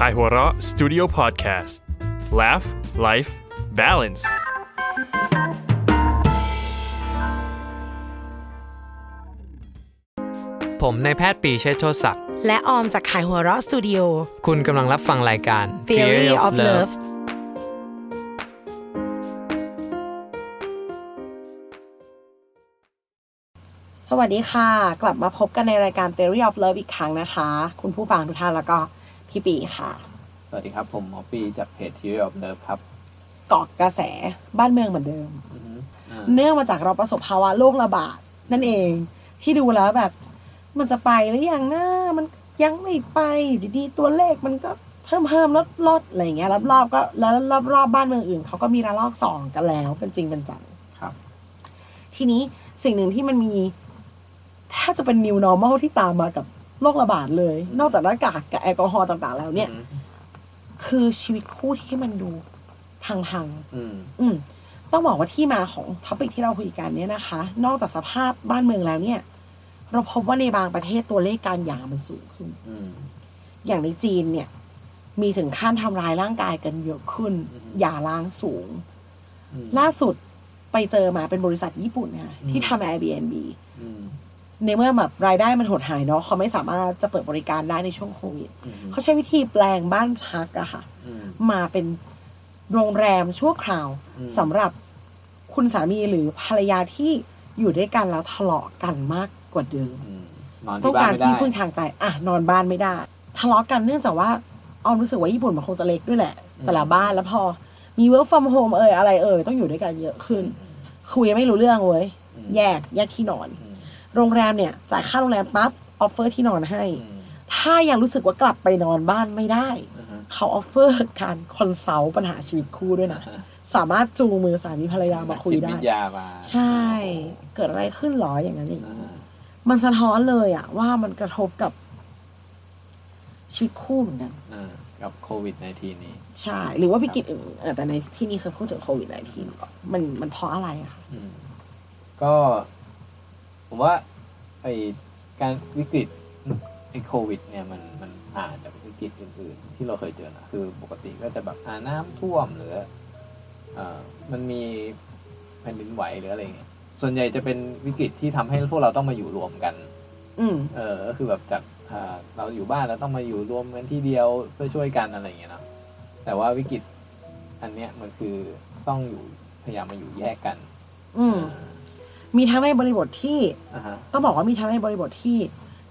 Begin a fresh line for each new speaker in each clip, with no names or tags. Kaihura Studio Podcast. Laugh, Life, Balance.
ผมนายแพทย์ปรีเชษฐ์โชติศักดิ์
และออมจากขายหัวเราะสตูดิโอ
คุณกำลังรับฟังรายการ
Theory of Love
สวัสดีค่ะ กลับมาพบกันในรายการ Theory of Love อีกครั้งนะคะ คุณผู้ฟังทุกท่านแล้วก็พี่ปีค่ะ
สวัสดีครับ ผมหมอปีจากเพจ Theory of Love ครับ
เกาะกระแสบ้านเมืองเหมือนเดิม
อือฮึอ่า
เนื่องมาจากเราประสบภาวะโรคระบาด นั่นเอง ที่ดูแล้วแบบ มันจะไปหรือยังนะมันยังไม่ไปอยู่ดีๆตัวเลขมันก็เพิ่มเพิ่มลดลดอะไรอย่างเงี้ยรอบๆก็แล้วรอบๆบ้านเมืองอื่นเขาก็มีระลอกสองกันแล้ว เป็นจริงเป็นจัง
ครับ
ทีนี้สิ่งหนึ่งที่มันมีแทบจะเป็น new normal ที่ตามมากับโรคระบาดเลย นอกจากหน้ากากกับแอลกอฮอล์ต่างๆ แล้วเนี่ย
อืม
คือชีวิตคู่ที่มันดูพัง
อืม
ๆอืมต้องบอกว่าที่มาของท็อปิกที่เราคุยกันเนี่ยนะคะ นอกจากสภาพบ้านเมืองแล้วเนี่ย เราพบว่าในบางประเทศตัวเลขการหย่ามันสูงขึ้น
อืม
อย่างในจีนเนี่ย มีถึงขั้นทำร้ายร่างกายกันเยอะขึ้น
อือฮึ
หย่าร้างสูง
อืม
ล่าสุดไปเจอมาเป็นบริษัทญี่ปุ่นนะคะที่
อืม
ทำ Airbnb
อืม
ในเมื่อแบบรายได้มันหดหายเนาะเขาไม่สามารถจะเปิดบริการได้ในช่วงโควิด
อืม
เขาใช้วิธีแปลงบ้านพักอะค่ะ
อืม
มาเป็นโรงแรมชั่วคราว
อืม
สำหรับคุณสามีหรือภรรยาที่อยู่ด้วยกันแล้วทะเลาะกันมากกว่าเดิม
อืมนอน
ต้อ
ที่
ง
บ้า
การ
นไม่ได้
ที่พึ่งทางใจอ่ะนอนบ้านไม่ได้ ทะเลาะกันเนื่องจากว่าออมรู้สึกว่าญี่ปุ่นมันคงจะเล็กด้วยแหละ แต่ละบ้านแล้วพอมี work from home เอ่ยอะไรเอ่ยต้องอยู่ด้วยกันเยอะขึ้น คุยไม่รู้เรื่องเว้ยแยกแยกที่นอน
อืม
โรงแรมเนี่ยจ่ายค่าโรงแรมปั๊บออฟเฟอร์ที่นอนให้
อืม
ถ้ายังรู้สึกว่ากลับไปนอนบ้านไม่ได้
อืม
เขาออฟเฟอร์การคอนซัลท์ปัญหาชีวิตคู่ด้วยนะ สามารถจูงมือสามีภรรยามาคุย
นักจิต
ได้
วิทยามา
ใช่ เกิดอะไรขึ้นหรออย่างนั้นอย่าง
อ่า
นี้มันสะท้อนเลยอะว่ามันกระทบกับชีวิตคู่เหมือนกัน
อ่ากับโควิด -19 นี้
ใช่ หรือว่าวิกฤตอื่นๆเออแต่ในที่นี่คือพูดถึงโควิดหลายทีมันก็มันมันเพราะอะไรอะคะ
อืมก็ ผมว่าไอการวิกฤตไอโควิด เนี่ยมันมันอ่านจากวิกฤตอื่น ๆ ที่เราเคยเจอนะคือปกติก็จะแบบอ่าน้ำท่วมหรือ เอ่อมันมีแผ่นดินไหวหรืออะไรเงี้ย ส่วนใหญ่จะเป็นวิกฤตที่ทำให้พวกเราต้องมาอยู่รวมกัน
อืม
เออก็คือแบบจากอ่าเราอยู่บ้านแล้วต้องมาอยู่รวมกันที่เดียวเพื่อช่วยกันอะไรอย่างเงี้ยเนาะ แต่ว่าวิกฤตอันเนี้ยมันคือต้องอยู่พยายามมาอยู่แยกกัน
อืม มีทั้งในบริบทที่
อ่าฮะ
ต้องบอกว่ามีทั้งในบริบทที่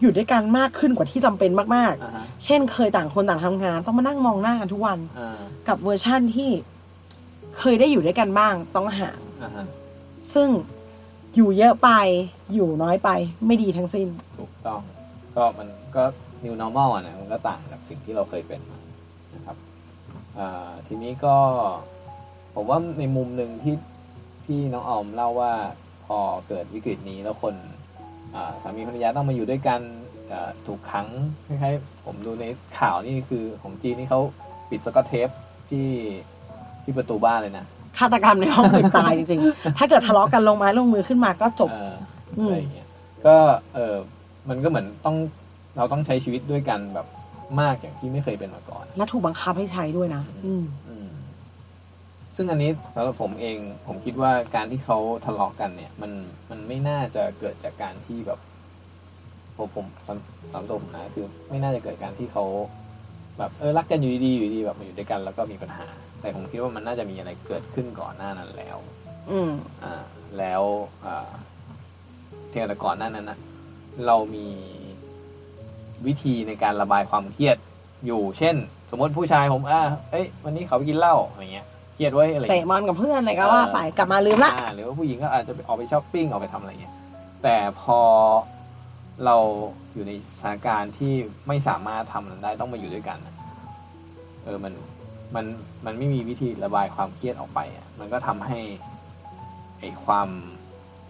อยู่ด้วยกันมากขึ้นกว่าที่จำเป็นมาก
อ่าฮะ
ๆ เช่นเคยต่างคนต่างทำงาน ต้องมานั่งมองหน้ากันทุกวัน
อ่า
กับเวอร์ชั่นที่เคยได้อยู่ด้วยกันบ้างต้องห่าง
อ่าฮะ
ซึ่งอยู่เยอะไปอยู่น้อยไปไม่ดีทั้งสิ้น
ถูกต้อง ก็มันก็ new normal อ่ะนะมันก็ต่างกับสิ่งที่เราเคยเป็นมานะครับอ่าทีนี้ก็ ผมว่าในมุมหนึ่งที่ที่น้องออมเล่าว่าพอเกิดวิกฤตนี้แล้วคนอ่าสามีภรรยาต้องมาอยู่ด้วยกันอ่าถูกขังคล้ายๆผมดูในข่าวนี่คือของจีนนี่เขาปิดสกอตเทปที่ที่ประตูบ้านเลยนะ
ฆาตกรรมในห้องเป็นตายจริงๆ ถ้าเกิดทะเลาะกันลงไม้ลงมือขึ้นมาก็จบ
เอ่อ
อืม
อะไรอย่างเงี้ยก็เออมันก็เหมือนต้องเราต้องใช้ชีวิตด้วยกันแบบมากอย่างที่ไม่เคยเป็นมาก่อน
และถูกบังคับให้ใช้ด้วยนะอืม
อืมซึ่งอันนี้สำหรับผมเองผมคิดว่าการที่เขาทะเลาะกันเนี่ย มันมันไม่น่าจะเกิดจากการที่แบบผมผมสำสำหรับตัวผมนะคือ ไม่น่าจะเกิดการที่เขาแบบเออรักกันอยู่ดีๆอยู่ดีแบบมาอยู่ด้วยกัน แล้วก็มีปัญหา แต่ผมคิดว่ามันน่าจะมีอะไรเกิดขึ้นก่อนหน้านั้นแล้ว
อืม
อ่าแล้วอ่าเพียงแต่ก่อนหน้านั้นนะเรามีวิธีในการระบายความเครียดอยู่ เช่น สมมติผู้ชายผมอ่าเอ้ย วันนี้เขาไปกินเหล้าอะไรเงี้ยเครียดไว้ยอะไร
เตะ
เงี้ย
บอลกับเพื่อนอะไรก็ว่าไปกลับมาลืมละ
อ่าหรือว่าผู้หญิงก็อาจจะไปออกไปช้อปปิ้งออกไปทำอะไรเงี้ยแต่พอ เราอยู่ในสถานการณ์ที่ไม่สามารถทำมันได้ต้องมาอยู่ด้วยกันอะเออมันมันมันไม่มีวิธีระบายความเครียดออกไปอะมันก็ทำให้ไอความ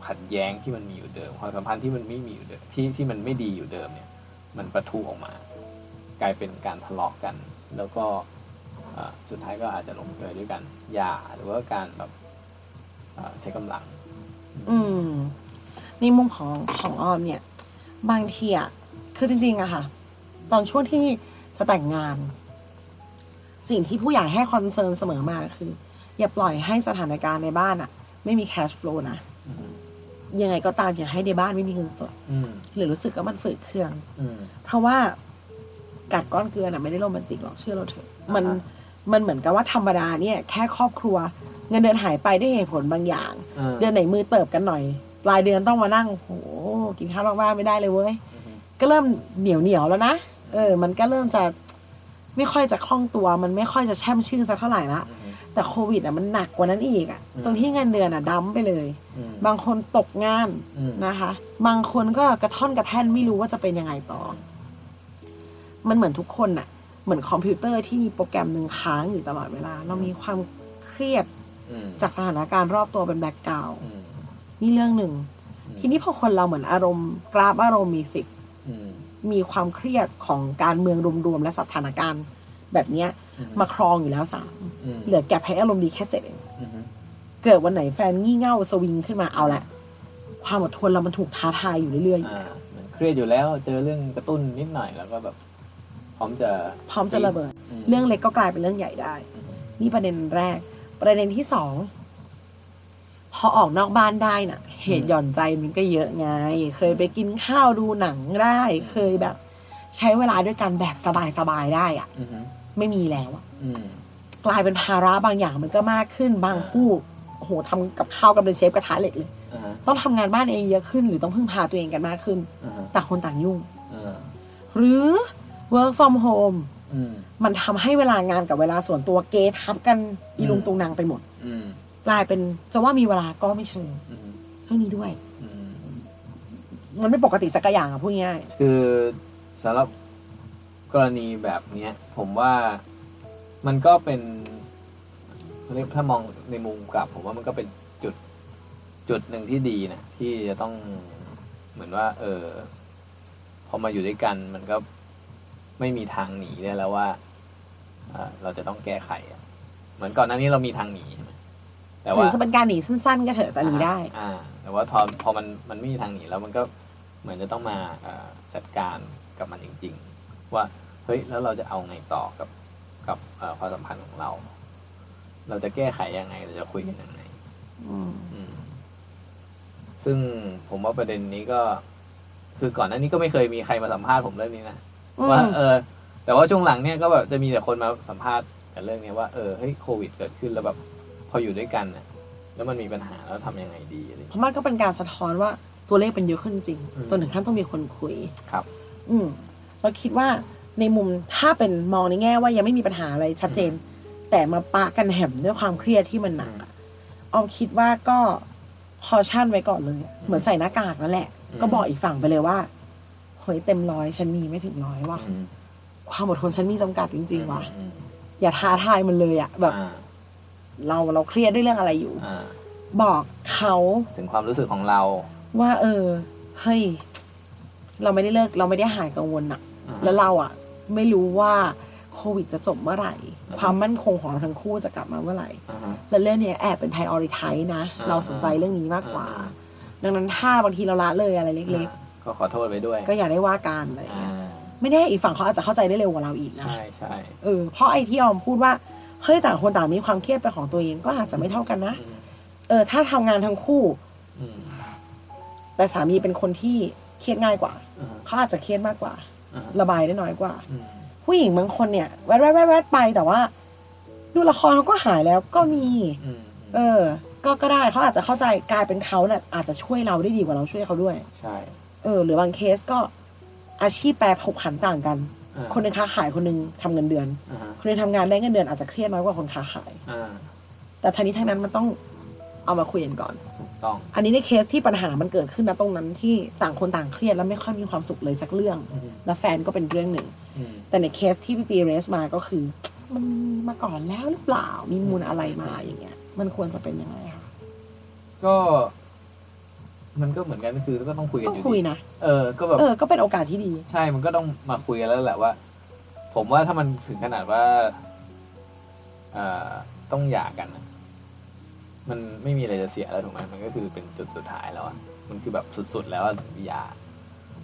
ขัดแย้งที่มันมีอยู่เดิม ความสัมพันธ์ที่มันไม่มีอยู่เดิมที่ที่มันไม่ดีอยู่เดิมเนี่ย มันประทุออกมา กลายเป็นการทะเลาะกัน แล้วก็เอ่อสุดท้ายก็อาจจะลงเอยด้วยกันหยาหรือว่าการแบบเอ่อใช้กำลัง
อืมในมุมของของออมเนี่ย บางทีอะคือจริงๆอะค่ะ ตอนช่วงที่จะแต่งงาน สิ่งที่ผู้ใหญ่ให้คอนเซิร์นเสมอมาคือ อย่าปล่อยให้สถานการณ์ในบ้านอะไม่มีแคชฟลูนะ
อืม
ยังไงก็ตามอย่าให้ในบ้านไม่มีเงินสด
อืม
หรือรู้สึกว่ามันฝืดเครื่อง
อืม
เพราะว่ากัดก้อนเกลือน่ะไม่ได้โรแมนติกหรอกเชื่อเราเถอะมัน
อ่าฮะ
มันเหมือนกับว่าธรรมดาเนี่ย แค่ครอบครัว เงินเดือนหายไปด้วยเหตุผลบางอย่าง
อ่า
เดือนไหนมือเติบกันหน่อย ปลายเดือนต้องมานั่งโอ้โหกินข้าวนอกบ้านไม่ได้เลยเว้ย ก็เริ่มเหนียวเหนียวๆแล้วนะเออ มันก็เริ่มจะไม่ค่อยจะคล่องตัว มันไม่ค่อยจะแช่มชื่นสักเท่าไหร่ละแต่โควิดอ่ะมันหนักกว่านั้นอีกอ่ะ ตรงที่เงินเดือนอ่ะดั้มไปเลย
อืม
บางคนตกงาน
อืม
นะคะ บางคนก็กระท่อนกระแท่นไม่รู้ว่าจะเป็นยังไงต่อ มันเหมือนทุกคนน่ะ เหมือนคอมพิวเตอร์ที่มีโปรแกรมหนึ่งค้างอยู่ตลอดเวลา เรามีความเครียด
อืม
จากสถานการณ์รอบตัวเป็นแบ็กกราวด์
อืม
นี่เรื่องหนึ่ง ทีนี้พอคนเราเหมือนอารมณ์ กราฟอารมณ์มีสิก
อืม
มีความเครียดของการเมืองรวมๆและสถานการณ์ แบบเนี้ย
อืม
มาครองอยู่แล้วสาม
อืม
เหลือแก็บให้อารมณ์ดีแค่เจ็ดเอง
อืม
เกิดวันไหนแฟนงี่เง่าสวิงขึ้นมาเอาละความอดทนเรามันถูกท้าทายอยู่เรื่อย
อ่าเหมือนเครียดอยู่แล้วเจอเรื่องกระตุ้นนิดหน่อยแล้วก็แบบ พร้อมจะ
ๆพร้อมจะระเบิด
ม
เรื่องเล็กก็กลายเป็นเรื่องใหญ่ได้ นี่ประเด็นแรก ประเด็นที่สองพอออกนอกบ้านได้น่ะ เหตุหย่อนใจมันก็เยอะไง เคยไปกินข้าวดูหนังได้ เคยแบบ ใช้เวลาด้วยกันแบบสบายๆได้อะ
อืม
ไม่มีแล้วอะ
อืม
กลายเป็นภาระบางอย่างมันก็มากขึ้นบางคู่โอ้โหทำกับข้าวกันเป็นเชฟกระทะเหล็กเลย
อ่าฮะ
ต้องทำงานบ้านเองเยอะขึ้น หรือต้องพึ่งพาตัวเองกันมากขึ้น
อ่าฮะ
ต่างคนต่างยุ่ง
อ่า
หรือ work from home
อืม
มันทำให้เวลางานกับเวลาส่วนตัวเกทับกันอีลุงตุงนางไปหมด
อืม
กลายเป็นจะว่ามีเวลาก็ไม่เชิง
อืม
เรื่องนี้ด้วย
อืม
มันไม่ปกติสักอย่างอะพูดง่าย
คือสำหรับกรณีแบบเนี้ย ผมว่ามันก็เป็นเรียกถ้ามองในมุมกลับ ผมว่ามันก็เป็นจุดจุดหนึ่งที่ดีนะที่จะต้องเหมือนว่า เออ พอมาอยู่ด้วยกันมันก็ไม่มีทางหนีได้แล้วว่าเอ่อเราจะต้องแก้ไขอะเหมือนก่อนหน้านี้เรามีทางหนีใช่ไหมแต่
ๆถึ
ว่าง
จะเป็นการหนีสั้นๆก็เถอะแต่หนีได้
อ่า แต่ว่าพอพอมันมันไม่มีทางหนีแล้วมันก็เหมือนจะต้องมาเอ่อจัดการกับมันจริง ๆ ว่าเฮ้ยแล้วเราจะเอาไงต่อกับกับเอ่อความสัมพันธ์ของเรา เราจะแก้ไขยังไง เราจะคุยกันยังไง
อืม
อืมซึ่งผมว่าประเด็นนี้ก็ คือก่อนหน้านี้ก็ไม่เคยมีใครมาสัมภาษณ์ผมเรื่องนี้นะว่าเออ แต่ว่าช่วงหลังเนี่ยก็แบบจะมีแต่คนมาสัมภาษณ์กับเรื่องเนี้ยว่าเออเฮ้ยโควิดเกิดขึ้นแล้วแบบพออยู่ด้วยกันน่ะ แล้วมันมีปัญหาแล้วทำยังไงดีอะไรอย่าง
เพ
เงี้ย
ราะมันก็เป็นการสะท้อนว่าตัวเลขเป็นเยอะขึ้นจริง
อืม
จนถึงขั้นต้องมีคนคุย
ครับ
อืมเราคิดว่าในมุมถ้าเป็นมองในแง่ว่ายังไม่มีปัญหาอะไรชัดเจน แต่มาปะกันแหมด้วยความเครียดที่มันหนักอะออมคิดว่าก็พอชั่นไว้ก่อนเลยอะเหมือนใส่หน้ากากนั่นแหละ ก็บอกอีกฝั่งไปเลยว่าเฮ้ยเต็มร้อยฉันมีไม่ถึงร้อยว่ะ
อืม
ความอดทนฉันมีจำกัดจริงๆว่ะ
อืม
อย่าท้าทายมันเลยอะแบบ
อ่า
เราเราเครียดด้วยเรื่องอะไรอยู่
อ่า
บอกเขา
ถึงความรู้สึกของเรา
ว่า เออเฮ้ยเราไม่ได้เลิก เราไม่ได้หายกังวลอะ
อ่า
แล้วเราอะไม่รู้ว่าโควิดจะจบเมื่อไหร่ ความมั่นคงของเราทั้งคู่จะกลับมาเมื่อไหร่
อ่าฮะ
และเรื่องเนี้ยแอบเป็น prioritize นะ
อ่า
เราสนใจเรื่องนี้มากกว่า
อ่า
ดังนั้นถ้าบางทีเราละเลยอะไรเล็ก
ก็ขอโทษไปด้วย
ๆ ก็อย่าได้ว่าการอะไรอย่าง
อ่า
เงี้ยไม่แน่อีกฝั่งเขาอาจจะเข้าใจได้เร็วกว่าเราอีกนะ
ใช่ใช่
เออเพราะไอ้ที่ออมพูดว่าเฮ้ยต่างคนต่างมีความเครียดเป็นของตัวเองก็อาจจะไม่เท่ากันนะ
อืม
เออถ้าทำงานทั้งคู่
อืม
แต่สามีเป็นคนที่เครียดง่ายกว่า
อ่า
เขาอาจจะเครียดมากกว่า
อ่า
ระบายได้น้อยกว่า
อืม
ผู้หญิงบางคนเนี่ยแวดแวดแวดแวดไปแต่ว่า ดูละครเขาก็หายแล้วก็มี
อืม
เออ ก็ก็ได้เขาอาจจะเข้าใจกลายเป็นเขาเนี่ยอาจจะช่วยเราได้ดีกว่าเราช่วยเขาด้วย
ใช่
เออ หรือบางเคสก็อาชีพแปรผกผันต่างกัน
อ่า
คนหนึงค้าขายคนหนึงทำเงินเดือน
อ่าฮะ
คนหนึงทำงานได้เงินเดือนอาจจะเครียดน้อยกว่าคนค้าขาย
อ่า
แต่ทั้งนี้ทั้งนั้นมันต้อง เอามาคุยกันก่อน
ถูกต้อง
อันนี้ในเคสที่ปัญหามันเกิดขึ้นนะตรงนั้นที่ต่างคนต่างเครียดแล้วไม่ค่อยมีความสุขเลยสักเรื่อง
อืม
แล้วแฟนก็เป็นเรื่องหนึ่ง
อืม
แต่ในเคสที่พี่ปีเรสมาก็คือ มันมีมาก่อนแล้วหรือเปล่ามีมูลอะไรมาอย่างเงี้ย มันควรจะเป็นยังไงคะ
ก็ มันก็เหมือนกันก็คือก็ต้องคุยกัน
ต้อ
องยู่
คุย
ดี
นะ
เออก็แบบ
เออ ก็เป็นโอกาสที่ดี
ใช่ มันก็ต้องมาคุยกันแล้วแหละว่า ผมว่าถ้ามันถึงขนาดว่าเอ่อต้องหย่ากันน่ะมันไม่มีอะไรจะเสียแล้วถูกไหมมันก็คือเป็นจุดสุดท้ายแล้วอะมันคือแบบสุด ๆ แล้วอะหย่า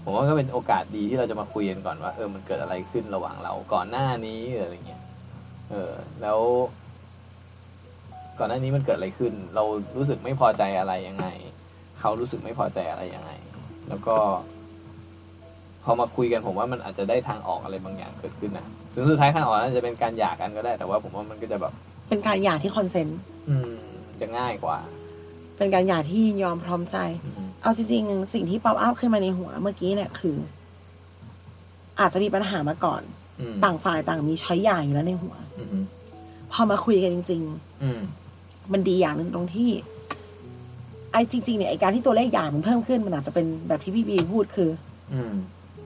ผมว่าก็เป็นโอกาสดีที่เราจะมาคุยกันก่อนว่า เออ มันเกิดอะไรขึ้นระหว่างเราก่อนหน้านี้หรืออะไรเงี้ย เออ แล้ว ก่อนหน้านี้มันเกิดอะไรขึ้น เรารู้สึกไม่พอใจอะไรยังไง เขารู้สึกไม่พอใจอะไรยังไง แล้วก็ พอมาคุยกันผมว่ามันอาจจะได้ทางออกอะไรบางอย่างเกิดขึ้นนะถึงสุดท้ายทางออกน่าจะเป็นการหย่ากันก็ได้ แต่ว่าผมว่ามันก็จะแบบ
เป็นการหย่าที่คอนเซนต์
อืมจะง่ายกว่า
เป็นการหย่าที่ยอมพร้อมใจ เอาจริงๆ สิ่งที่ป๊อปอัพขึ้นมาในหัวเมื่อกี้เนี่ยคือ อาจจะมีปัญหามาก่อน
อืม
ต่างฝ่ายต่างมีช้อยหย่าอยู่แล้วในหัว
อืมอืม
พอมาคุยกันจริง
อืม
ๆ มันดีอย่างหนึ่งตรงที่ ไอ้จริงๆเนี่ยไอ้การที่ตัวเลขหย่ามันเพิ่มขึ้น มันอาจจะเป็นแบบที่พี่บีพูดคือ
อืม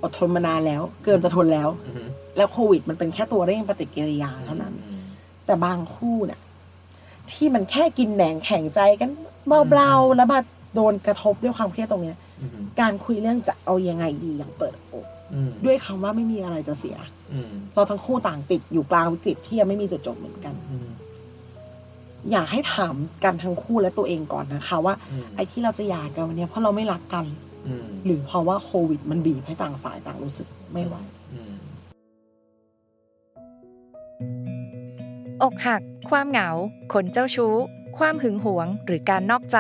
อดทนมานานแล้ว เกินจะทนแล้ว
อืม
แล้วโควิดมันเป็นแค่ตัวเร่งปฏิกิริยาเท่านั้น
อืม
แต่บางคู่เนี่ยที่มันแค่กินแหนงแข่งใจกันเบาๆแล้วมาโดนกระทบด้วยความเครียดตรงเนี้ย
อืม
การคุยเรื่องจะเอายังไงดีอย่างเปิดอก
อืม
ด้วยคำว่าไม่มีอะไรจะเสีย
อืม
เราทั้งคู่ต่างติดอยู่กลางวิกฤตที่ยังไม่มีจุดจบเหมือนกัน
อืม
อยากให้ถามกันทั้งคู่และตัวเองก่อนนะคะ ว่า
อืม
ไอ้ที่เราจะหย่ากันวันเนี้ยเพราะเราไม่รักกัน
อืม
หรือเพราะว่าโควิด มันบีบให้ต่างฝ่ายต่างรู้สึกไม่ไหว
อืม
อกหัก ความเหงา คนเจ้าชู้ ความหึงหวง หรือการนอกใจ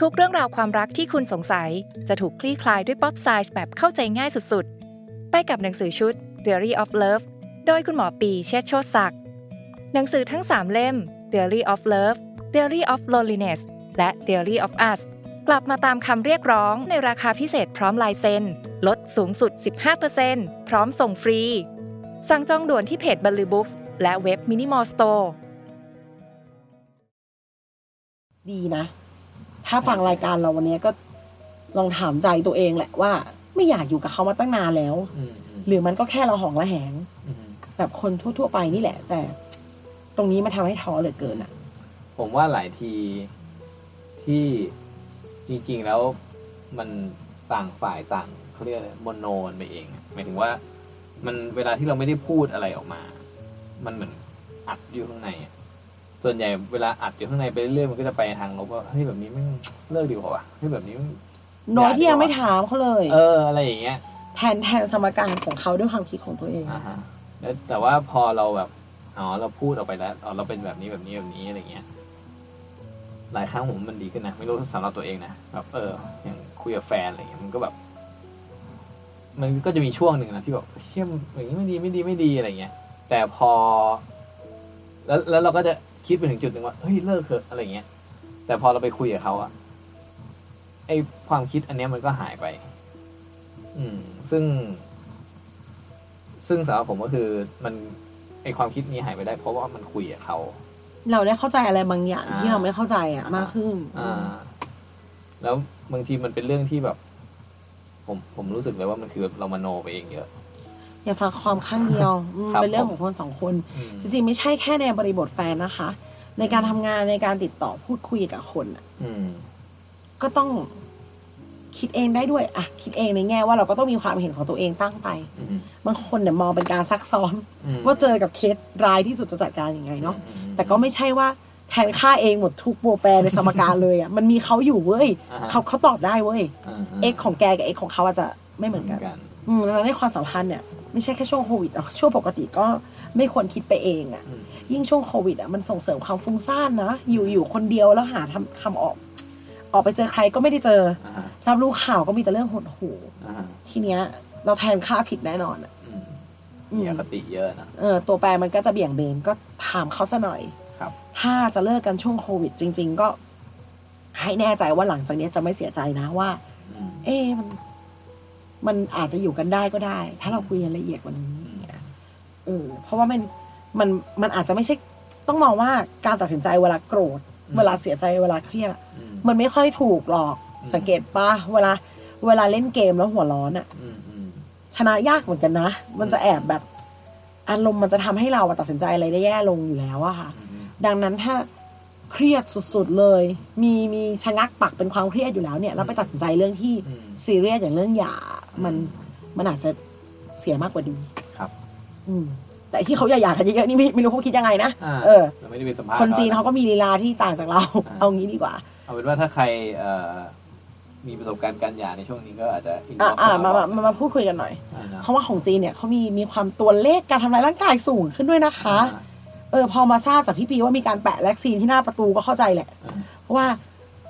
ทุกเรื่องราวความรักที่คุณสงสัย จะถูกคลี่คลายด้วยป๊อปไซส์แบบเข้าใจง่ายสุดๆ ไปกับหนังสือชุด Theory of Love โดยคุณหมอปีเชษฐ์โชติศักดิ์หนังสือทั้ง 3 เล่ม Theory of Love Theory of Loneliness และ Theory of Us กลับมาตามคำเรียกร้องในราคาพิเศษพร้อมลายเซ็นลดสูงสุด 15%พร้อมส่งฟรี สั่งจองด่วนที่เพจบัลลือบุ๊กและเว็บมินิมอลสโตร์
ดีนะ ถ้าฟังรายการเราวันเนี้ยก็ลองถามใจตัวเองแหละว่า ไม่อยากอยู่กับเขามาตั้งนานแล้ว
อืมอืม
หรือมันก็แค่เราหองระแหง
อืม
แบบคนทั่ว ๆ ไปนี่แหละ แต่ ตรงนี้มันทำให้ท้อเหลือเกินอะ
ผมว่าหลายทีที่จริงๆแล้วมันต่างฝ่ายต่างเขาเรียกอะไรโมโนมันไปเองอะหมายถึงว่า มันเวลาที่เราไม่ได้พูดอะไรออกมา มันเหมือนอัดอยู่ข้างในอะส่วนใหญ่เวลาอัดอยู่ข้างในไปเรื่อยๆมันก็จะไปทางลบว่าเฮ้ยแบบนี้ไม่งเลิกดีกว่าวะเฮ้ยแบบนี้มัน
น้อยที่ยังไม่ถามเขาเลย
เอออะไรอย่างเงี้ย
แทนแทนสมการของเขาด้วยความคิดของตัวเอง
อ่าฮะแล้วแต่ว่าพอเราแบบอ๋อเราพูดออกไปแล้วอ๋อเราเป็นแบบนี้แบบนี้แบบนี้อะไรเงี้ยหลายครั้งผมมันดีขึ้นนะไม่รู้สำหรับตัวเองนะแบบเอออย่างคุยกับแฟนอะไรเงี้ยมันก็แบบ มันก็จะมีช่วงหนึ่งนะที่แบบเชี่ยมอย่างนี้ไม่ดีไม่ดีไม่ดีอะไรเงี้ย แต่พอ แล้วแล้วเราก็จะคิดไปถึงจุดหนึ่งว่าเฮ้ยเลิกเถอะอะไรเงี้ย แต่พอเราไปคุยกับเขาอะไอความคิดอันเนี้ยมันก็หายไป อืม ซึ่ง ซึ่งสำหรับผมก็คือมันไอความคิดนี้หายไปได้ เพราะว่ามันคุยกับเขา
เราได้เข้าใจอะไรบางอย่าง
อ่า
ที่เราไม่เข้าใจอ่ะ
อ่าม
มากขึ้น
อ่า แล้วบางทีมันเป็นเรื่องที่แบบ ผมผมรู้สึกเลยว่ามันคือเรามโนไปเองเยอะ
อย่าฟังความข้างเดียวอืม
ครับ
เป็นเรื่องของคนสองคน
อืม
จริงๆไม่ใช่แค่ในบริบทแฟนนะคะ ในการทำงานในการติดต่อพูดคุยกับคนอะ
อืม
ก็ต้องคิดเองได้ด้วยอะคิดเองในแง่ว่าเราก็ต้องมีความเห็นของตัวเองตั้งไป
อืม
บางคนเนี่ยมองเป็นการซักซ้อม
อืม
ว่าเจอกับเคสร้ายที่สุดจะจัดการยังไงเนาะ
อืม
แต่ก็ไม่ใช่ว่าแทนค่าเองหมดทุกโบวแปรในสมการเลยอะมันมีเขาอยู่เว้ย
อ่ฮะ
เขาเขาตอบได้เว้ย
าา
เอ็กของแกกับเอ็กของเขาอาจจะไม่เหมือนกัน อืมแล้วในความสัมพันธ์เนี่ยไม่ใช่แค่ช่วงโควิดหรอกช่วงปกติก็ไม่ควรคิดไปเองอะ่ะ
อืม
ยิ่งช่วงโควิดอะ่ะมันส่งเสริมความฟุ้งซ่านนะ อยู่อยู่คนเดียวแล้วหาทำคำออก ออกไปเจอใครก็ไม่ได้เจอ
อ่าฮะ
รับรู้ข่าวก็มีแต่เรื่องหดหู
อ่าฮะ
ทีเนี้ย เราแทนค่าผิดแน่นอนอะ
อืม
อื
มี
ม
อคติเยอะนะ
เออตัวแปรมันก็จะเบี่ยงเบนก็ถามเขาซะหน่อย
ครับ
ถ้าจะเลิกกันช่วงโควิด จริง ๆ ก็ ให้แน่ใจว่าหลังจากเนี้ยจะไม่เสียใจนะว่า
อืม
เอ๊ะมันมันอาจจะอยู่กันได้ก็ได้ ถ้าเราคุยกันละเอียดกว่านี้
อืม
เออเพราะว่ามันมันมันอาจจะไม่ใช่ต้องมองว่าการตัดสินใจเวลาโกรธ เวลาเสียใจเวลาเครียดอะ
อืม
มันไม่ค่อยถูกหรอก
อืม
สังเกตปะเวลาเวลาเล่นเกมแล้วหัวร้อนอะ
อืมอืม
ชนะยากเหมือนกันนะ มันจะแอบแบบอารมณ์มันจะทำให้เราอะตัดสินใจอะไรได้แย่ลงอยู่แล้วอะค่ะ
อืม
ดังนั้นถ้าเครียดสุดๆเลย มีมีชะงักปักเป็นความเครียดอยู่แล้วเนี่ยแล้วไปตัดสินใจเรื่องที่
อืม
ซีเรียสอย่างเรื่องหย่ามันมันอาจจะเสียมากกว่าดี
ครับ
อืมแต่ที่เขาหย่าๆกันเยอะๆนี่ไม่ไม่รู้เขาคิดยังไงนะ
อ่า
เออ
เราไม่ได้ไปสัมภาษณ์
คนจีนเขา
ะ
ก็มีลีลาที่ต่างจากเรา
อ่า
เอางี้ดีกว่า
เอาเป็นว่าถ้าใครเอ่อมีประสบการณ์การหย่าในช่วงนี้ก็อาจจะ
อ่ะอ่ะมามา
บก
มามาพูดคุยกันหน่อย
อ่านะ
เพราะว่าของจีนเนี่ยเขามีมีความตัวเลขการทำลายร่างกายสูงขึ้นด้วยนะคะ
อ่า
เออพอมาทราบจากพี่ปีว่ามีการแปะแล็กซีนที่หน้าประตูก็เข้าใจแหละ
อ่า
เพราะว่า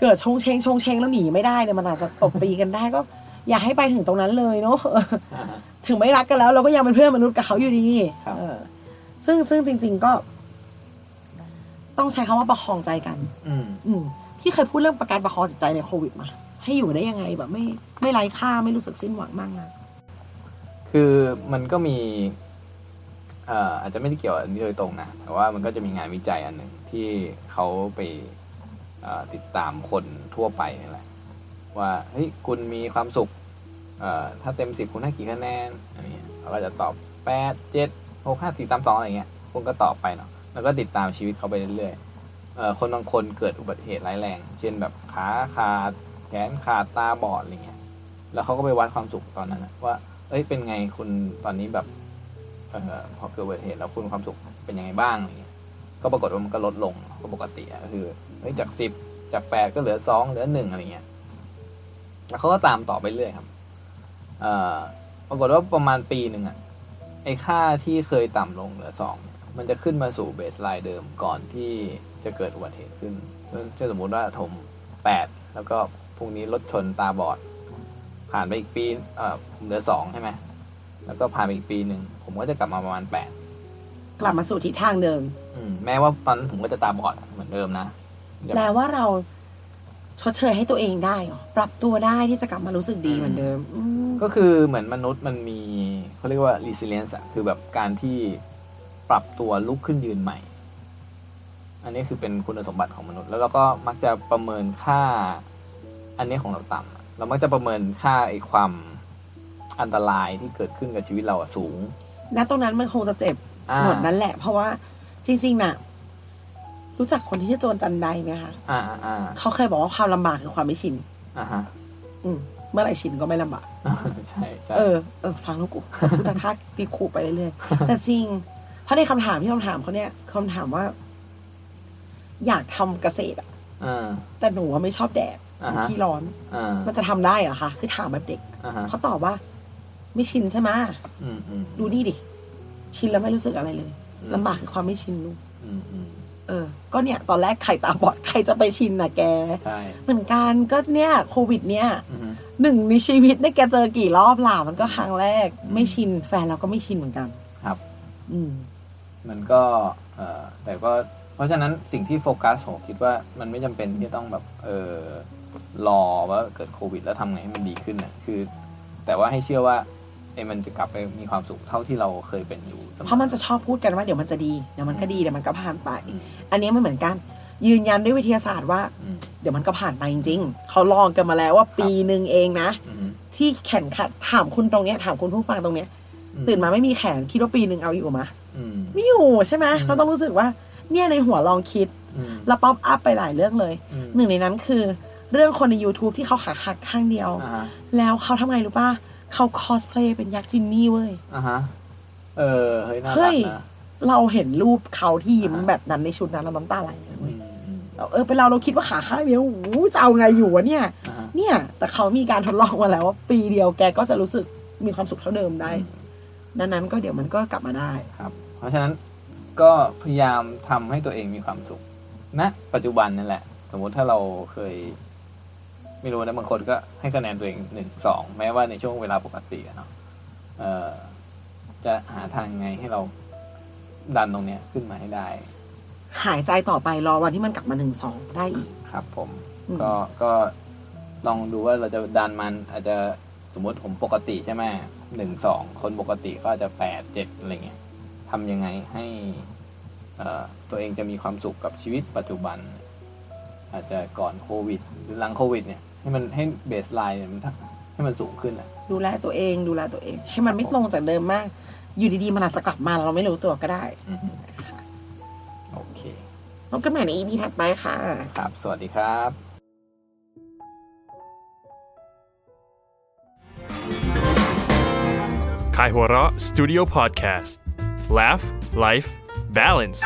เกิดชงเชงชงเชงแล้วหนีไม่ได้เนี่ยมันอาจจะตบตีกันได้ก็ อย่าให้ไปถึงตรงนั้นเลยเนาะ เออ
อ่า
ถึงไม่รักกันแล้วเราก็ยังเป็นเพื่อนมนุษย์กับเขาอยู่ดี
ครับ
เออซึ่งซึ่งจริง ๆก็ ต้องใช้คำว่าประคองใจกัน
อืม
อืมพี่เคยพูดเรื่องประการประคองจิตใจในโควิดมา ให้อยู่ได้ยังไงแบบไม่ไม่ไร้ค่าไม่รู้สึกสิ้นหวังมากนะ
คือมันก็มีเอ่ออาจจะไม่ได้เกี่ยวอันนี้โดยตรงนะ แต่ว่ามันก็จะมีงานวิจัยอันหนึ่งที่เขาไปเอ่อติดตามคนทั่วไปนี่แหละว่าเฮ้ยคุณมีความสุขเอ่อถ้าเต็มสิบคุณให้กี่คะแนนอันนี้เขาก็จะตอบแปดเจ็ดหกห้าสี่ตามสองอะไรเงี้ยคุณก็ตอบไปเนาะแล้วก็ติดตามชีวิตเขาไปเรื่อยๆเอ่อคนบางคนเกิดอุบัติเหตุร้ายแรง เช่นแบบขาขาดแขนขาดตาบอดอะไรเงี้ยแล้วเขาก็ไปวัดความสุขตอนนั้นนะว่า เอ้ยเป็นไงคุณตอนนี้แบบเออพอเกิดอุบัติเหตุแล้วคุณความสุขเป็นยังไงบ้างอะไรเงี้ยก็ปรากฏว่ามันก็ลดลงก็ปกติอะก็คือเอ้ยจากสิบจากแปดก็เหลือสองเหลือหนึ่งอะไรเงี้ยแล้วเขาก็ตามต่อไปเรื่อยครับเอ่อปรากฏว่าประมาณปีหนึ่งอะไอค่าที่เคยต่ำลงเหลือสองเนี่ยมันจะขึ้นมาสู่เบสไลน์เดิมก่อนที่จะเกิดอุบัติเหตุขึ้นเช่นเช่นสมมุติว่าถมแปดแล้วก็พรุ่งนี้รถชนตาบอด ผ่านไปอีกปีเอ่อผมเหลือสองใช่ไหม แล้วก็ผ่านไปอีกปีหนึ่ง ผมก็จะกลับมาประมาณแปด
กลับมาสู่ทิศทางเดิม
อืมแม้ว่าตอนนั้นผมก็จะตาบอดเหมือนเดิมนะจะ
แปลว่าเราชดเชยให้ตัวเองได้เหรอปรับตัวได้ที่จะกลับมารู้สึกดีเหมือนเดิมอืม
ก็คือเหมือนมนุษย์มันมีเขาเรียกว่า resilience อะคือแบบการที่ปรับตัวลุกขึ้นยืนใหม่ อันนี้คือเป็นคุณสมบัติของมนุษย์ แล้วเราก็มักจะประเมินค่า อันนี้ของเราต่ำอะเรามักจะประเมินค่าไอ้ความอันตรายที่เกิดขึ้นกับชีวิตเราอะสูง
ณตรงนั้นมันคงจะเจ็บ
อ่า
หมดนั่นแหละ เพราะว่าจริง ๆ น่ะ รู้จักคนที่ชื่อโจรจันไดไหมคะ
อ่าอ่าอ่า
เขาเคยบอกว่าความลำบากคือความไม่ชิน
อ่าฮะ
อืมเมื่อไหร่ชินก็ไม่ลำบาก
ใช่ใช่
เออเออฟังแล้วกูจะพูดตาทัดปีคูไปเรื่อยๆ แต่จริง เพราะในคำถามที่คำถามเขาเนี่ยคำถามว่า อยากทำเกษตรอะ
อ่า
แต่หนูว่าไม่ชอบแดด
อ่าฮะ
ที่ร้อน
อ่า
มันจะทำได้เหรอคะคือถามแบบเด็ก
อ่าฮะ
เขาตอบว่า ไม่ชินใช่ไหมะ
อืมอืม
ดูนี่ดิ ชินแล้วไม่รู้สึกอะไรเลยลำบากคือความไม่ชินลูก
อืมอืม
เออ ก็เนี่ย ตอนแรกไข่ตาบอดใครจะไปชินน่ะแก
ใช่
เหมือนกันก็เนี่ยโควิดเนี่ย
อือฮึ
หนึ่งในชีวิตได้แกเจอกี่รอบล่ะมันก็ครั้งแรก
อืม
ไม่ชินแฟนเราก็ไม่ชินเหมือนกัน
ครับ
อืม
มันก็เอ่อแต่ก็เพราะฉะนั้นสิ่งที่โฟกัสผมคิดว่ามันไม่จำเป็นที่จะต้องแบบเออรอว่าเกิดโควิด แล้วทำไงให้มันดีขึ้นนะคือ แต่ว่าให้เชื่อว่าไอ้มันจะกลับไปมีความสุขเท่าที่เราเคยเป็นอยู่สอ
เพราะมันจะชอบพูดกันว่าเดี๋ยวมันจะดีเดี๋ยวมันก็ดีเดี๋ยวมันก็ผ่านไป อันนี้ไม่เหมือนกัน ยืนยันด้วยวิทยาศาสตร์ว่า
อืม
เดี๋ยวมันก็ผ่านไปจริง ๆเขาลองกันมาแล้วว่าปีหนึ่งเองนะ
อือฮึ
ที่แขนขาดถามคุณตรงเนี้ยถามคุณผู้ฟังตรงเนี้ย ตื่นมาไม่มีแขนคิดว่าปีหนึ่งเอาอยู่มะ
อืม
ไม่อยู่ใช่ไหม
อืม
เราต้องรู้สึกว่า เนี่ยในหัวลองคิด
อืม
แล้วป๊อปอัพไปหลายเรื่องเลย
อืม
หนึ่งในนั้นคือ เรื่องคนใน YouTube ที่เขาขาขาดข้างเดียว
อ่าฮะ
แล้วเขาทำไงรู้ป่ะเขาคอสเพลย์เป็นยักษ์จินนี่เว้ย
อ่าฮะเออเฮ้ยน่า
เฮ้
รัก
ย
นะ
เราเห็นรูปเขาที่ยิ้มแบบนั้นในชุดนั้นแล้วน้ำตาไหลเลย
อื
เว้ย
มอืม
เราเออเป็นเราเราคิดว่าขาข้างเดียวโอ้โหจะเอาไงอยู่วะเนี่ย
อ่าฮะ
เนี่ย แต่เขามีการทดลองมาแล้วว่าปีเดียวแกก็จะรู้สึกมีความสุขเท่าเดิมได้ ดังนั้นก็เดี๋ยวมันก็กลับมาได้
ครับ เพราะฉะนั้นก็พยายามทำให้ตัวเองมีความสุขณปัจจุบันนั่นแหละ สมมุติถ้าเราเคย ไม่รู้นะบางคนก็ให้คะแนนตัวเองหนึ่งสองแม้ว่าในช่วงเวลาปกติอะเนาะเอ่อจะหาทางไงให้เราดันตรงเนี้ยขึ้นมาให้ได้
หายใจต่อไปรอวันที่มันกลับมาหนึ่งสองได้อีก
ครับ ผม
อืม
ก็ก็ลองดูว่าเราจะดันมันอาจจะสมมติผมปกติใช่ไหมหนึ่งสองคนปกติก็อาจจะแปดเจ็ดอะไรเงี้ย ทำยังไงให้เอ่อตัวเองจะมีความสุขกับชีวิตปัจจุบัน อาจจะก่อนโควิด หรือหลังโควิดเนี่ยให้มันให้เบสไลน์เนี่ยมันให้มันสูงขึ้นอ่ะ
ดูแลตัวเองดูแลตัวเอง ให้มันไม่ลงจากเดิมมาก อยู่ดีๆ มันอาจจะกลับมาแล้วเราไม่รู้ตัวก็ได้
โอเค
พบกันใหม่ใน EP ถัดไปค่ะ
ครับ สวัสดีครับ
Kaihura Studio Podcast Laugh Life Balance